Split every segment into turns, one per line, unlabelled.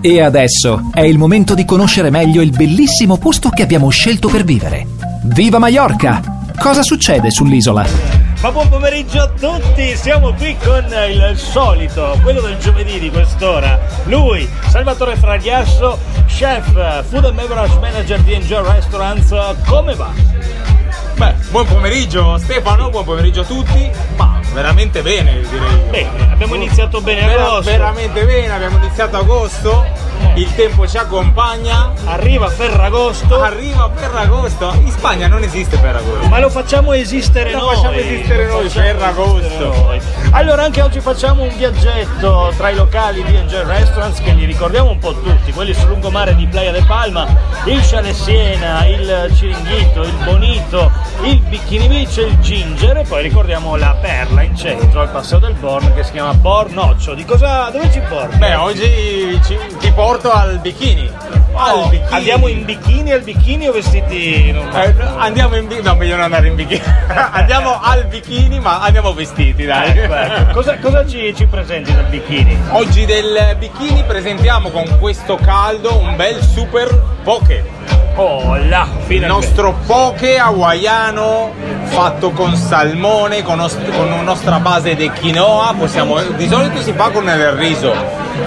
E adesso è il momento di conoscere meglio il bellissimo posto che abbiamo scelto per vivere. Viva Mallorca! Cosa succede sull'isola?
Ma buon pomeriggio a tutti, siamo qui con il solito, quello del giovedì di quest'ora. Lui, Salvatore Fragliasso, chef, food and beverage manager di Enjoy Restaurants. Come va?
Beh, buon pomeriggio Stefano, buon pomeriggio a tutti. Ma veramente bene, direi. io.
Bene, abbiamo iniziato bene
Vera-
agosto.
veramente bene, abbiamo iniziato agosto, il tempo ci accompagna.
Arriva Ferragosto,
Arriva Ferragosto, in Spagna non esiste Ferragosto.
ma lo facciamo esistere
Lo
noi.
facciamo esistere noi,
facciamo
Ferragosto.
esistere noi. Allora, anche oggi facciamo un viaggetto tra i locali di Angel Restaurants che li ricordiamo un po' tutti, quelli sul lungomare di Playa de Palma, il Siena, il Ciringhito, il Bonito, il Bikini Beach e il Ginger e poi ricordiamo la perla in centro al Paseo del Born che si chiama Bornoccio. Di cosa? Dove ci porta?
Beh, oggi ci- ti porto al bikini. al
Oh,
bikini.
Andiamo in bikini al bikini o vestiti normali?
Eh, no, andiamo in bikini. No, meglio non andare in bikini. andiamo al bikini, ma andiamo vestiti, dai.
Ecco, ecco. Cosa, cosa ci, ci presenti nel bikini?
Oggi del bikini presentiamo con questo caldo un bel super poke.
Oh là,
Il
finalmente.
nostro poke hawaiano fatto con salmone, con, os- con una nostra base di quinoa, possiamo- di solito si fa con del riso,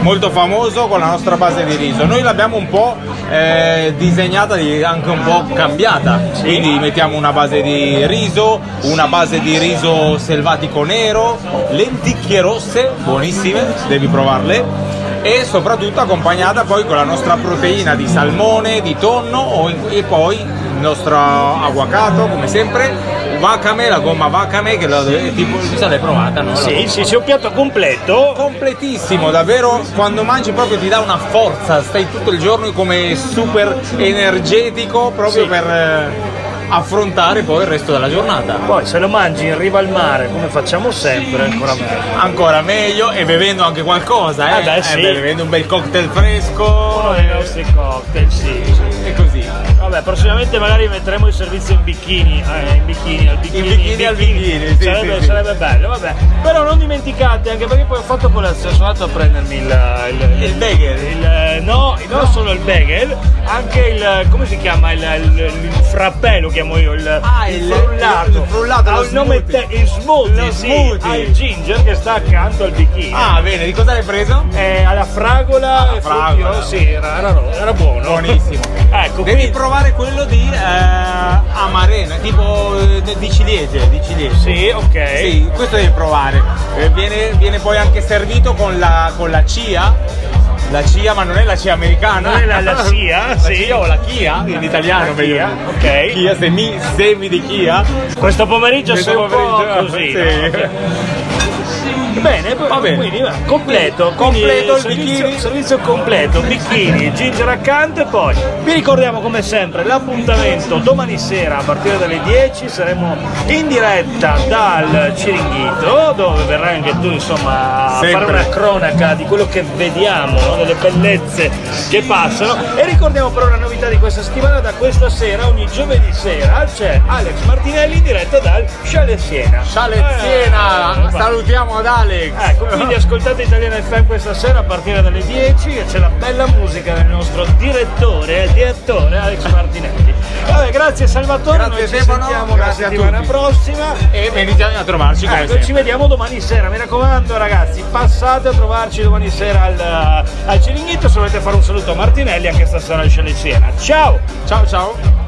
molto famoso con la nostra base di riso. Noi l'abbiamo un po' eh, disegnata, di- anche un po' cambiata, quindi mettiamo una base di riso, una base di riso selvatico nero, lenticchie rosse, buonissime, devi provarle e soprattutto accompagnata poi con la nostra proteina di salmone, di tonno o- e poi il nostro avocado come sempre vacame, la gomma vacame che la, tipo, se l'hai provata no? La
Sì,
gomma.
sì, sì, un piatto completo.
completissimo davvero quando mangi proprio ti dà una forza stai tutto il giorno come super energetico proprio
Sì.
per eh, affrontare poi il resto della giornata
Poi se lo mangi in riva al mare, come facciamo sempre, ancora meglio.
ancora meglio e bevendo anche qualcosa eh,
Eh beh, sì.
Eh, bevendo un bel cocktail fresco
Uno dei nostri cocktail, sì. sì.
e così
Vabbè, prossimamente magari metteremo il servizio in bikini, eh, in bikini, al bikini,
In bikini, al bikini, sì,
sarebbe,
sì, sì.
sarebbe bello, vabbè. Però non dimenticate, anche perché poi ho fatto colazione, sono andato a prendermi il... il,
Il bagel.
il- no, non solo il bagel, anche il... come si chiama? Il, il, il frappè, lo chiamo io, il,
Ah, il-
frullato.
il frullato,
Ha
lo
un nome
smoothie.
te- il smoothie,
Lo
sì,
smoothie.
ha il ginger che sta accanto al bikini.
Ah, bene, di cosa l'hai preso?
Eh, alla fragola,
Alla
e frutti
fragola.
rossi, era, era- era buono.
Buonissimo.
ecco,
Devi
quindi-
provare quello di eh, amarena, tipo eh, di ciliegie, di ciliegie.
Sì, ok.
Sì, questo devi provare. Eh, viene, viene poi anche servito con la, con la chia. La chia, ma non è la chia americana.
Non è la- la chia,
La
sì.
chia o la chia, in italiano
La
meglio.
chia, ok.
Chia, semi, semi di chia.
Questo pomeriggio
Questo
sono un po'
pomeriggio,
così.
sì.
no? Bene, va
bene.
quindi va, completo, quindi
Completo il
servizio,
bikini.
servizio completo, bikini, ginger accanto e poi vi ricordiamo come sempre l'appuntamento domani sera a partire dalle 10 saremo in diretta dal Ciringhito dove verrai anche tu insomma a fare
Sempre.
una cronaca di quello che vediamo, no? delle bellezze che passano e ricordiamo però la novità di questa settimana da questa sera, ogni giovedì sera c'è Alex Martinelli in diretta dal Chalet Siena.
Saleziena,
Eh,
salutiamo ad Alex.
Ecco, quindi ascoltate Italiana FM questa sera a partire dalle 10 e c'è la bella musica del nostro direttore e direttore Alex Martinelli. Vabbè, grazie Salvatore,
Grazie
noi ci
Stefano,
sentiamo la
grazie a
settimana
tutti.
prossima.
E venite a trovarci come
Ecco,
sempre.
ci vediamo domani sera, mi raccomando ragazzi, passate a trovarci domani sera al, al Ciringhito, se volete fare un saluto a Martinelli anche stasera al Scene Siena. Ciao!
Ciao ciao.